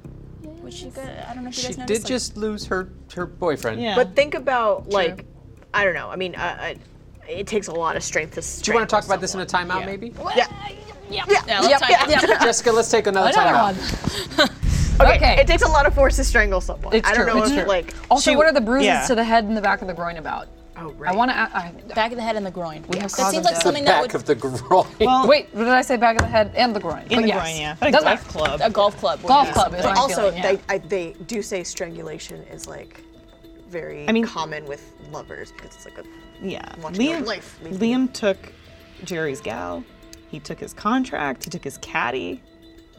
S3: Which you got, I don't know if you
S1: she
S3: guys noticed.
S1: did
S3: like-
S1: just lose her her boyfriend.
S7: Yeah.
S5: But think about like, I don't know. I mean, uh, uh, it takes a lot of strength to.
S1: Do you want to talk about this in a timeout, maybe?
S3: Yeah, let's talk about that.
S1: [laughs] Jessica, let's take another,
S4: Another
S1: timeout.
S4: one.
S5: Okay.
S4: Okay.
S5: It takes a lot of force to strangle someone.
S4: It's
S5: I don't
S4: true,
S5: know
S4: it's
S5: if
S4: true.
S5: like.
S4: Also,
S7: She-
S4: what are the bruises
S7: yeah.
S4: to the head and the back of the groin about?
S5: Oh,
S4: I
S5: right.
S4: want to. I,
S3: Back of the head and the groin.
S4: have
S3: that
S4: cause
S3: seems
S4: of
S3: like
S4: death.
S3: something that
S1: Back
S3: would
S1: of the groin.
S4: I, wait, what did I say? Back of the head and the groin.
S7: in
S4: But
S7: the
S4: yes.
S7: groin, yeah. But a
S4: Doesn't-
S7: golf club.
S3: a golf club. would
S4: Golf
S3: be
S4: club
S3: something.
S4: is
S5: But
S4: my
S5: also,
S4: feeling, yeah.
S5: they I, they do say strangulation is like very
S7: mean-
S5: common with lovers because it's like a
S7: Yeah.
S5: watching your
S7: Liam,
S5: life leave you.
S7: Liam took Jerry's gal. He took his contract. He took his caddy.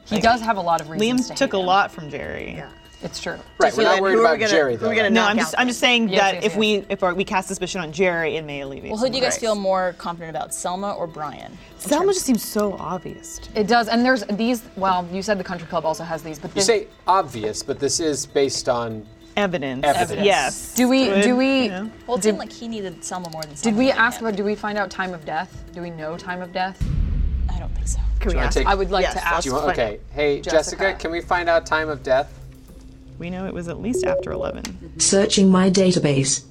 S4: He does have a lot of reasons.
S7: Liam
S4: to
S7: took
S4: hate
S7: a
S4: him.
S7: lot from Jerry.
S5: yeah.
S4: It's true.
S1: Right, we're not
S5: Who
S1: worried
S5: are we
S1: about
S5: gonna-
S1: Jerry,
S5: who are
S1: though.
S5: we gonna
S7: No,
S5: knock
S7: I'm just
S5: out
S7: I'm just saying
S4: Yes,
S7: that
S4: yes,
S7: if
S4: yes.
S7: we if our, we cast suspicion on Jerry, it may alleviate.
S3: Well, who
S7: some
S3: do you guys
S7: of
S3: feel more confident about, Selma or Brian?
S7: the- Selma just seems so obvious. To me.
S4: It does, and there's these. Well, you said the country club also has these, but
S1: You
S4: this,
S1: say obvious, but this is based on.
S7: Evidence.
S1: Evidence.
S7: Yes.
S4: do we?
S7: Good,
S4: do we?
S7: you know.
S3: Well, it seemed like he needed Selma more than Selma.
S4: Did we
S3: needed
S4: ask
S3: him.
S4: about? Do we find out time of death? Do we know time of death?
S3: I don't think so.
S5: Can we
S1: wanna
S5: ask?
S1: take-
S4: I would like
S5: Yes,
S4: to
S5: that's
S4: ask.
S1: Do you want,
S5: Let's find
S1: okay, hey Jessica.
S4: Jessica.
S1: can we find out time of death?
S7: We know it was at least after 11.
S2: Searching my database.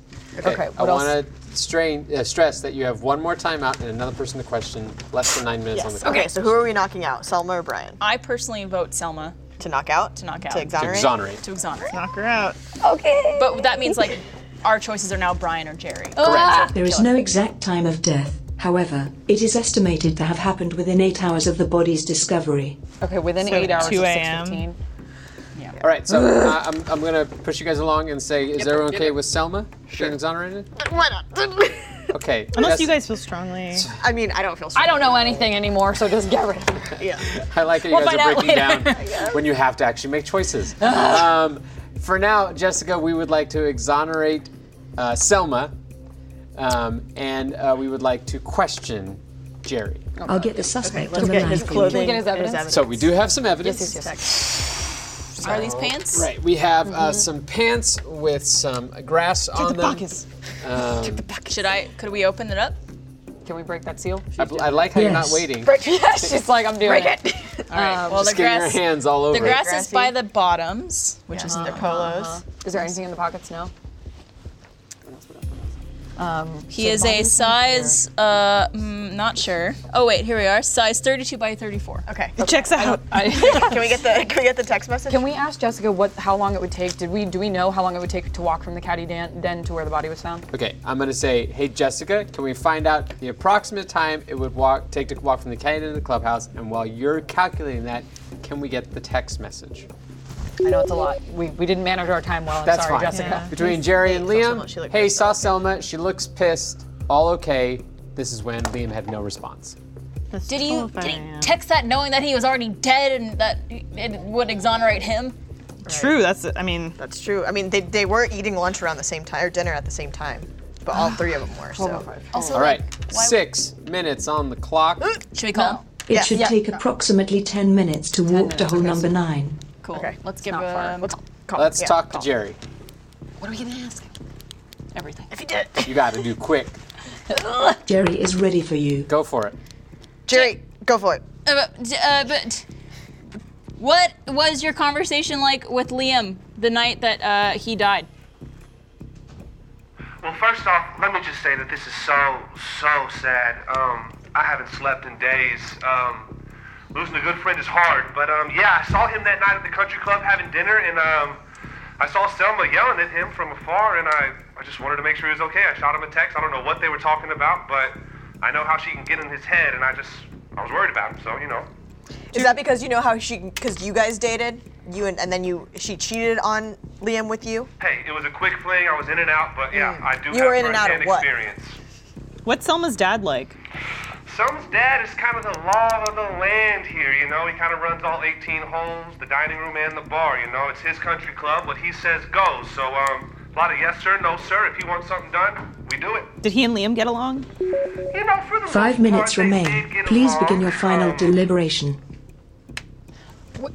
S4: Okay,
S1: I
S4: what else?
S1: want to strain uh, stress that you have one more timeout and another person to question. Less than nine minutes on the
S5: yes.
S1: clock.
S5: Okay. So who are we knocking out? Selma or Brian?
S3: I personally vote Selma
S5: To knock out? To
S3: knock out.
S5: To
S3: To
S5: exonerate.
S1: Exonerate.
S3: to exonerate.
S7: Knock her out.
S3: But that means like our choices are now Brian or Jerry.
S5: Ah.
S4: Ah!
S2: There is no exact time of death, however, it is estimated to have happened within eight hours of the body's discovery.
S4: Okay, within eight hours
S7: 2
S4: of
S7: a.m..
S4: 6:15.
S1: All right, so uh, I'm, I'm going to push you guys along and say, is everyone okay with Selma being exonerated?
S5: Why not?
S1: Okay.
S7: Unless
S1: that's-
S7: you guys feel strongly.
S5: I mean, I don't feel.
S4: I don't know anything anymore, so just get rid of it.
S5: [laughs]
S1: I like that you
S3: We'll
S1: guys are breaking
S3: find out
S1: down when you have to actually make choices. um, for now, Jessica, we would like to exonerate uh, Selma, um, and uh, we would like to question Jerry.
S2: I'll get the suspect on
S5: Let's
S2: the
S5: get
S2: line
S5: his
S2: for you.
S5: clothing.
S4: get his
S5: and
S4: evidence?
S1: So we do have some evidence.
S3: Are these pants?
S1: Right, we have
S3: Mm-hmm.
S1: uh, some pants with some grass on
S7: The
S1: them. Um,
S7: pockets.
S3: Should I? Could we open it up?
S4: Can we break that seal?
S1: I, I like how you're not
S2: Yes.
S1: waiting.
S4: Yes, she's like I'm doing it.
S3: All right. Um, well, the
S1: Just getting your
S3: grass.
S1: hands all over
S3: The grass
S5: Grassy.
S3: is by the bottoms, which is their
S7: Polos.
S4: Is there anything in the pockets now?
S3: Um, He is a size, uh, mm, not sure. Oh wait, here we are. Size 32 by 34.
S5: Okay.
S7: It checks out.
S4: [laughs]
S5: Can we get the Can we get the text message?
S4: Can we ask Jessica what how long it would take? Did we do we know how long it would take to walk from the caddy dan- den to where the body was found?
S1: Okay, I'm gonna say, hey Jessica, can we find out the approximate time it would walk take to walk from the canyon to the clubhouse? And while you're calculating that, can we get the text message?
S4: I know it's a lot. We, we didn't manage our time well. Oh, I'm
S1: That's
S4: sorry,
S1: fine.
S4: Jessica.
S1: Between Jerry and
S5: Hey, saw
S1: Liam,
S5: Selma, she looked
S1: hey,
S5: pissed
S1: saw
S5: off.
S1: Selma, she looks pissed. All okay. This is when Liam had no response.
S3: Did you did he text that knowing that he was already dead and that it would exonerate him?
S7: True. That's. I mean.
S5: That's true. I mean, they, they were eating lunch around the same time or dinner at the same time, but all three of them were. Oh, So
S3: Also,
S1: All right,
S3: why-
S1: six minutes on the clock.
S3: should we call him?
S2: It should take approximately 10 minutes to walk to hole number 9.
S3: Cool.
S5: Okay.
S3: Let's give
S4: not far.
S3: him
S5: call.
S1: Let's
S5: Yeah,
S1: talk
S5: call.
S1: to Jerry.
S3: What are we gonna ask? him? Everything.
S5: If you did, it.
S1: You gotta do quick.
S2: [laughs]
S3: [laughs]
S2: Jerry is ready for you.
S1: Go for it.
S5: Jerry, go for it.
S3: Uh, d- uh, but what was your conversation like with Liam the night that uh, he died?
S11: Well, first off, let me just say that this is so, so sad. Um, I haven't slept in days. Um, losing a good friend is hard, but um, yeah, I saw him that night at the country club having dinner, and um, I saw Selma yelling at him from afar, and I, I just wanted to make sure he was okay. I shot him a text. I don't know what they were talking about, but I know how she can get in his head, and I just, I was worried about him, so, you know.
S5: Is that because you know how she? Because you guys dated, you and, and then you she cheated on Liam with you.
S11: Hey, it was a quick fling. I was Mm. in and out, but yeah, I do
S5: You
S11: have
S5: were in and out of
S11: firsthand
S5: what?
S11: experience.
S7: What's Selma's dad like?
S11: Some's dad is kind of the law of the land here, you know. He kind of runs all 18 holes, the dining room and the bar, you know. It's his country club. What he says goes. So, um, a lot of yes sir, no sir. If he wants something done, we do it.
S7: Did he and Liam get along?
S11: You know, for the
S2: Five minutes
S11: most part, they did
S2: remain.
S11: get
S2: Please
S11: along.
S2: begin your final
S11: Um,
S2: deliberation.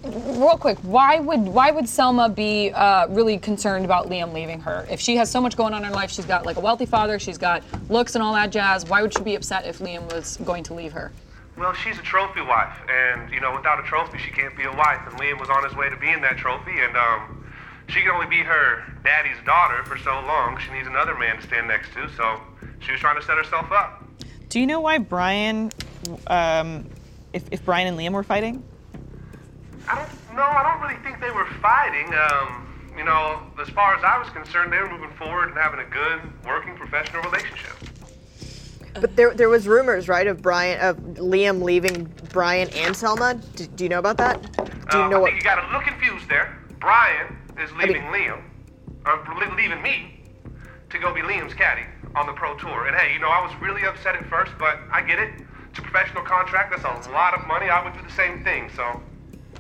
S4: Real quick, why would why would Selma be uh, really concerned about Liam leaving her? If she has so much going on in her life, she's got like a wealthy father, she's got looks and all that jazz. Why would she be upset if Liam was going to leave her?
S11: Well, she's a trophy wife, and you know, without a trophy, she can't be a wife. And Liam was on his way to being that trophy, and um, she can only be her daddy's daughter for so long. She needs another man to stand next to, so she was trying to set herself up.
S7: Do you know why Brian, um, if, if Brian and Liam were fighting?
S11: I don't know. I don't really think they were fighting. Um, you know, as far as I was concerned, they were moving forward and having a good, working, professional relationship.
S5: But there, there was rumors, right, of Brian, of Liam leaving Brian and Selma. Do, do you know about that? Do you
S11: Um,
S5: know
S11: I
S5: what?
S11: think you got a little confused there. Brian is leaving Liam, or li- leaving me, to go be Liam's caddy on the pro tour. And hey, you know I was really upset at first, but I get it. It's a professional contract. That's a lot of money. I would do the same thing. So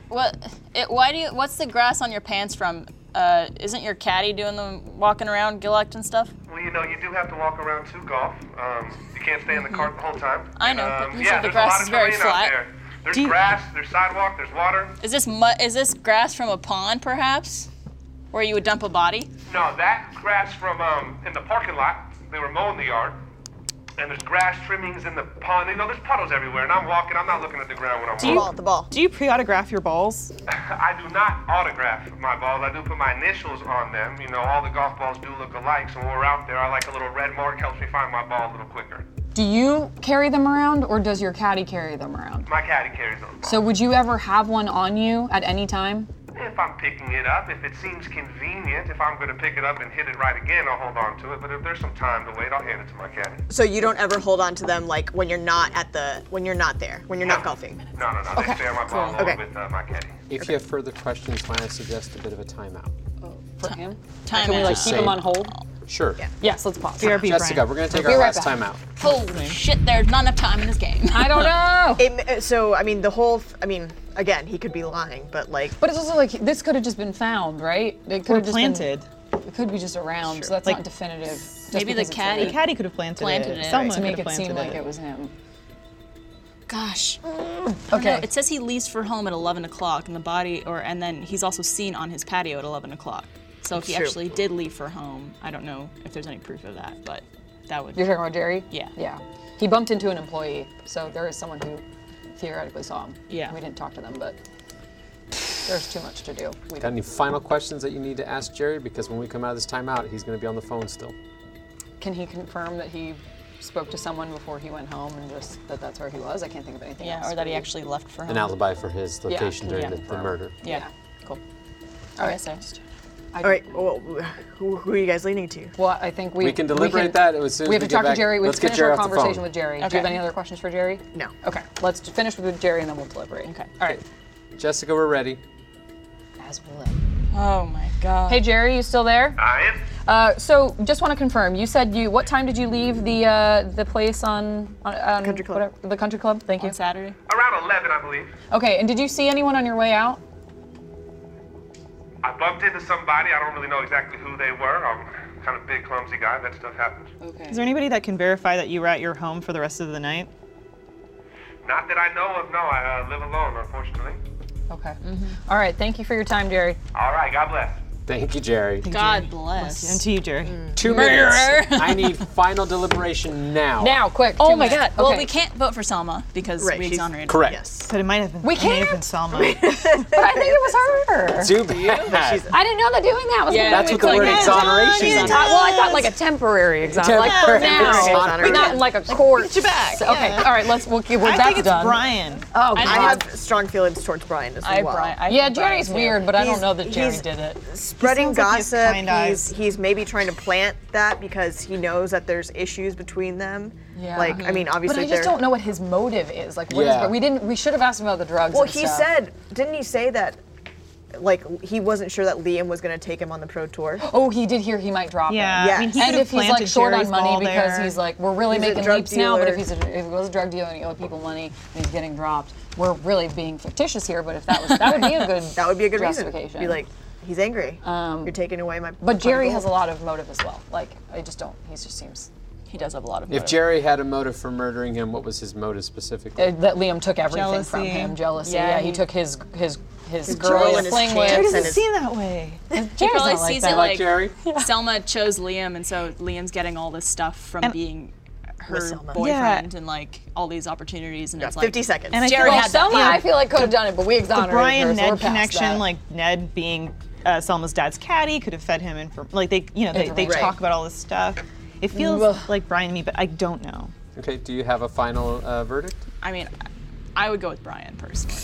S3: What? It, why do you? What's the grass on your pants from? Uh, isn't your caddy doing the walking around Gillect and stuff?
S11: Well, you know, you do have to walk around to golf. Um, you can't stay in the cart the whole time.
S3: I know,
S11: And,
S3: but
S11: um,
S3: you
S11: yeah,
S3: said the
S11: there's
S3: grass
S11: a lot
S3: is
S11: of
S3: very
S11: terrain
S3: flat.
S11: Out there. There's
S7: Do you-
S11: grass, there's sidewalk, there's water.
S3: Is this mu- is this grass from a pond perhaps, where you would dump a body?
S11: No, that grass from um, in the parking lot. They were mowing the yard, and there's grass trimmings in the pond. You know, there's puddles everywhere, and I'm walking. I'm not looking at the ground when I'm
S5: the
S11: walking. [laughs]
S5: ball, the ball.
S7: Do you pre-autograph your balls?
S11: I do not autograph my balls. I do put my initials on them. You know, all the golf balls do look alike, so when we're out there, I like a little red mark helps me find my ball a little quicker.
S4: Do you carry them around, or does your caddy carry them around?
S11: My caddy carries those balls.
S4: So would you ever have one on you at any time?
S11: If I'm picking it up, if it seems convenient, if I'm going to pick it up and hit it right again, I'll hold on to it. But if there's some time to wait, I'll hand it to my caddy.
S5: So you don't ever hold on to them like when you're not at the, when you're not there, when you're not golfing.
S11: No, no, no. They share my ball
S5: Okay.
S11: with uh, my caddy.
S1: If you have further questions, might I suggest a bit of a timeout?
S4: For him?
S3: Time
S4: Can we
S3: out.
S4: like keep him on hold?
S1: Sure.
S4: Yes, let's pause.
S7: BRB,
S1: Jessica,
S7: Brian.
S1: we're going to take
S4: We'll
S1: our
S4: be right
S1: last
S4: back.
S1: timeout.
S3: Holy shit! There's not enough time in this game.
S4: I don't know.
S5: [laughs] It, ma- so I mean, the whole, f- I mean, again, he could be lying, but like,
S4: But it's also like this could have just been found, right? It could
S7: Or
S4: have just been-
S7: planted.
S4: it could be just around, so that's
S7: Like-
S4: not definitive. just
S3: Maybe the
S4: because it's
S3: caddy-
S7: The caddy could have planted,
S3: Planted it,
S7: Selma
S3: right,
S4: to
S7: could
S4: make
S7: have
S4: it
S7: planted
S4: seem like it was him.
S3: Gosh.
S4: Okay.
S3: It says he leaves for home at 11 o'clock, and the body, or and then he's also seen on his patio at 11 o'clock. So if he
S5: True.
S3: actually did leave for home, I don't know if there's any proof of that, but that would.
S4: You're talking about Jerry?
S3: Yeah.
S4: Yeah. He bumped into an employee, so there is someone who theoretically saw him.
S3: Yeah.
S4: We didn't talk to them, but there's too much to do. We,
S1: Got any final questions that you need to ask Jerry? Because when we come out of this timeout, he's going to be on the phone still.
S4: can he confirm that he spoke to someone before he went home and just that that's where he was? I can't think of anything else.
S3: yeah, or that he actually left for home.
S1: An alibi for his location
S4: can you
S1: during the, the
S4: confirm?
S1: murder.
S3: Yeah. Cool. I
S4: All right.
S3: guess so.
S5: all right, well, who, who are you guys leaning to?
S4: Well, I think we
S1: We can deliberate that as soon as
S4: we have
S1: we
S4: to
S1: get
S4: talk
S1: back.
S4: to Jerry. We have
S1: Let's
S4: to
S1: get
S4: finish
S1: Jerry
S4: our
S1: off the phone.
S4: conversation with Jerry. Do
S3: Okay.
S4: you have any other questions for Jerry?
S5: No.
S4: Okay. Let's finish with Jerry and then we'll deliberate.
S3: Okay.
S4: All right.
S1: Jessica, we're ready.
S4: As will I.
S3: Oh my god.
S4: Hey Jerry, you still there?
S11: I am.
S4: Uh, so just want to confirm. You said you. What time did you leave the uh, the place on, on, on
S5: Country club.
S4: whatever- the country club. Thank you.
S3: On Saturday?
S11: Around 11, I believe.
S4: Okay. And did you see anyone on your way out?
S11: I bumped into somebody. I don't really know exactly who they were. I'm kind of a big, clumsy guy. That stuff happens.
S4: Okay.
S7: Is there anybody that can verify that you were at your home for the rest of the night?
S11: Not that I know of. No, I uh, live alone, unfortunately.
S4: Okay. Mm-hmm. All right. Thank you for your time, Jerry.
S11: All right. God bless.
S1: Thank you, Jerry. Mm.
S3: God bless.
S7: And to you, Jerry.
S1: Two
S3: Murderer.
S1: minutes. I need final deliberation now.
S4: Now, quick.
S3: Oh
S4: two
S3: my
S4: minutes.
S3: god. Well,
S4: Okay.
S3: we can't vote for Selma because
S5: Right,
S3: we
S5: she's-
S3: exonerated. her.
S1: Correct.
S5: Yes.
S7: But it might have been.
S4: We
S7: it may have been
S4: can't?
S7: Selma.
S4: But I think it was her.
S1: Too bad.
S4: I didn't know that doing that was.
S3: Yeah,
S4: gonna
S1: That's
S4: be
S1: what the
S4: like
S1: word
S4: that.
S1: exoneration
S4: I
S1: is.
S4: thought- well, I thought like a temporary exoneration, like for
S1: Temporary
S4: now,
S1: exoneration.
S4: not in like a court.
S5: your back,
S4: So- Okay, all right, let's. We'll, we're,
S7: I
S4: that's
S7: think it's
S4: done.
S7: Brian.
S4: Oh,
S5: I
S4: God.
S5: have strong feelings towards Brian as
S3: I,
S5: well.
S3: Brian, I
S4: yeah,
S3: think Brian
S4: Jerry's
S3: too.
S4: weird, but I don't
S5: He's-
S4: know that Jerry
S5: he's-
S4: did it.
S5: spreading
S7: He sounds like he has
S5: gossip.
S7: kind
S5: he's,
S7: eyes.
S5: he's maybe trying to plant that because he knows that there's issues between them.
S4: Yeah.
S5: Like I mean,
S4: But
S5: obviously
S4: I just
S5: they're-
S4: don't know what his motive is. Like, what is?
S1: Yeah.
S4: we didn't. We should have asked him about the drugs.
S5: Well,
S4: and
S5: he
S4: stuff.
S5: said, didn't he say that like he wasn't sure that Liam was going to take him on the pro tour.
S4: Oh, he did hear he might drop
S7: Yeah,
S4: it.
S7: I mean,
S5: Yes.
S7: he
S4: and
S7: could've
S4: if he's like
S7: planted
S4: short
S7: Jerry's
S4: on money
S7: ball
S4: because
S7: there.
S4: he's like, we're really
S5: He's a
S4: making
S5: drug
S4: leaps now, but
S5: dealer.
S4: if he's a, if he was a drug dealer and he owed people money and he's getting dropped, we're really being fictitious here. But if that was [laughs] that would be a good
S5: [laughs] That would be a good reason.
S4: justification. Um,
S5: Be like, he's angry. You're taking away my.
S4: but Jerry has a lot of motive as well. Like I just don't. He just seems
S3: He does have a lot of.
S1: If Jerry had a motive for murdering him, what was his motive specifically?
S4: uh, that Liam took everything from
S7: Jealousy.
S4: him. Jealousy.
S3: Yeah,
S4: Yeah, he,
S3: he-
S4: took his his his,
S5: girl
S4: girl
S5: and
S4: to
S5: his
S4: fling
S5: chance
S7: Jerry
S4: with.
S7: doesn't
S5: and his-
S7: seem
S4: [laughs]
S7: that way.
S4: Jerry's not
S3: probably
S4: like
S3: sees
S4: that.
S3: it like
S1: Jerry?
S3: Selma chose Liam, and so Liam's getting all this stuff from
S7: And-
S3: being her
S5: Selma.
S3: boyfriend and like all these opportunities, and it's like
S5: 50 seconds.
S7: And I
S3: Jerry
S7: feel
S3: had
S7: like
S3: that.
S4: Selma,
S7: Yeah.
S4: I feel like could have done it, but we
S5: [laughs]
S4: exonerated her.
S7: Brian
S4: so we're
S7: Ned
S4: past
S7: connection,
S4: that.
S7: like Ned being uh, Selma's dad's caddy, could have fed him in for like they you know they, they
S5: Information.
S7: talk about all this stuff. It feels
S4: Ugh.
S7: like Brian and me, but I don't know.
S1: Okay, do you have a final uh, verdict?
S3: I mean, I would go with Brian personally.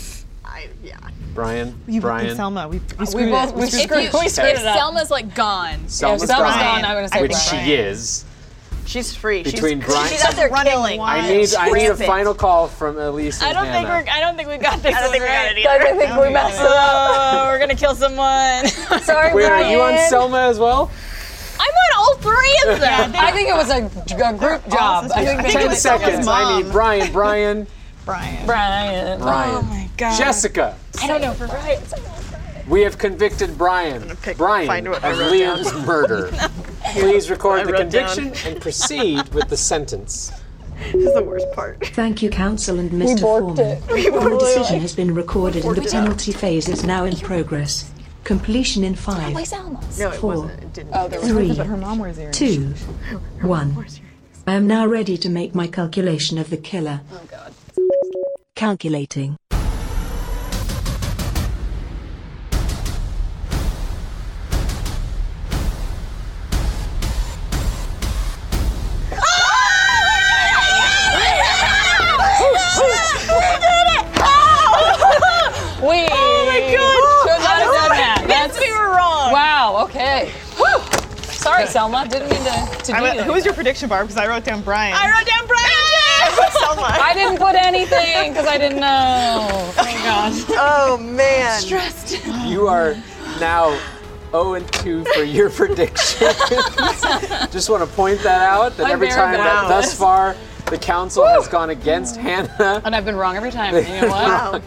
S5: I, yeah.
S1: Brian?
S7: You
S1: Brian?
S7: and Selma, we, we
S4: we
S7: screwed
S4: both
S7: it.
S4: we
S3: If,
S4: screwed,
S3: you-
S4: we screwed
S3: if
S4: it up.
S3: Selma's like gone,
S1: Selma's
S4: if Selma's
S1: gone,
S4: gone, I'm gonna say
S1: Which
S4: Brian.
S1: she is.
S5: She's free.
S1: Between
S5: she's,
S1: Brian-
S5: she's out there
S7: Running
S5: killing.
S7: wild.
S1: I need, I need a
S5: Rampant.
S1: final call from Elise and
S3: I don't think
S1: Hannah.
S3: we're. I don't think we got this.
S5: I don't think we got it
S4: Guys,
S5: either.
S4: I think we messed up.
S3: Oh, we're gonna kill someone.
S4: Sorry,
S1: Wait,
S4: Brian.
S1: are you on Selma as well?
S3: I'm on all three of them.
S4: [laughs] I think it was a, a group
S5: [laughs]
S4: job. I think
S1: Ten seconds. I need Brian, Brian,
S7: Brian.
S4: Brian.
S1: Brian.
S3: God.
S1: Jessica,
S4: Oh I don't know for right.
S1: we have convicted Brian.
S5: pick-
S1: Brian
S5: find
S1: of
S5: what I wrote down. [laughs]
S1: Liam's murder. Please record the
S5: wrote down.
S1: conviction and proceed with the sentence.
S5: This is the worst part.
S2: Thank you, Council and Mr.
S4: borked
S2: Foreman. Your decision has been recorded and the
S5: borked it
S2: penalty phase is now in progress. Completion in five,
S5: No, it
S2: Four.
S5: wasn't. It didn't.
S4: Oh,
S2: three,
S7: mom wears earrings. [laughs]
S2: two, one. I am now ready to make my calculation of the killer. Oh, God. Calculating.
S4: We. Oh my god. Should not have done that. That's
S3: we were wrong.
S4: wow. Okay. Woo. Sorry,
S7: [laughs]
S4: Selma. Didn't mean to. to do
S7: I,
S4: you
S7: who
S4: like
S7: was your prediction, Barb? Because I wrote down Brian.
S3: I wrote down
S7: [laughs]
S5: [laughs]
S3: Brian. James.
S4: that. I didn't put anything because I didn't know. [laughs]
S5: Oh man.
S1: You are now 0 and 2 for your predictions. [laughs] Just want to point that out that
S4: I'm
S1: every time that thus
S4: embarrassed.
S1: far the council has gone against Hannah.
S4: And I've been wrong [laughs] every time. You
S1: [laughs]
S4: know what?
S5: Wow.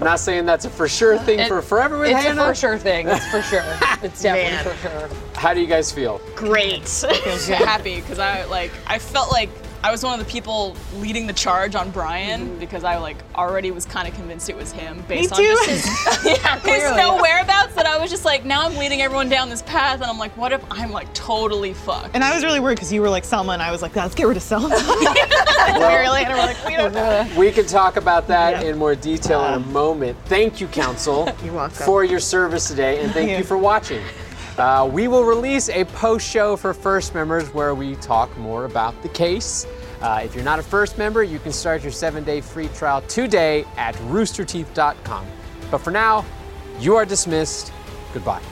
S1: I'm not saying that's a for sure thing
S4: It-
S1: for forever with
S4: It's
S1: Hannah.
S4: a for sure thing. It's for sure. It's definitely
S5: Man.
S4: for sure.
S1: How do you guys feel?
S5: Great.
S3: happy [laughs] because I like I felt like I was one of the people leading the charge on Brian because I like already was kind of convinced it was him based on
S7: Mm-hmm. too.
S3: just
S7: [laughs]
S3: his, [laughs] yeah, his
S4: clearly.
S3: no whereabouts that I was just like now I'm leading everyone down this path and I'm like what if I'm like totally fucked
S7: [laughs] and I was really worried because you were like Selma, and I was like, let's get rid of Selma. Really, and we're like, we don't know.
S4: [laughs]
S1: We can talk about that
S7: Yeah.
S1: in more detail in a moment. Thank you, Council,
S5: You're welcome.
S1: for your service today, and thank
S7: Yeah.
S1: you for watching. Uh, we will release a post show for First members where we talk more about the case. Uh, if you're not a First member, you can start your seven day free trial today at roosterteeth.com. But for now, you are dismissed. Goodbye.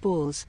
S2: Balls.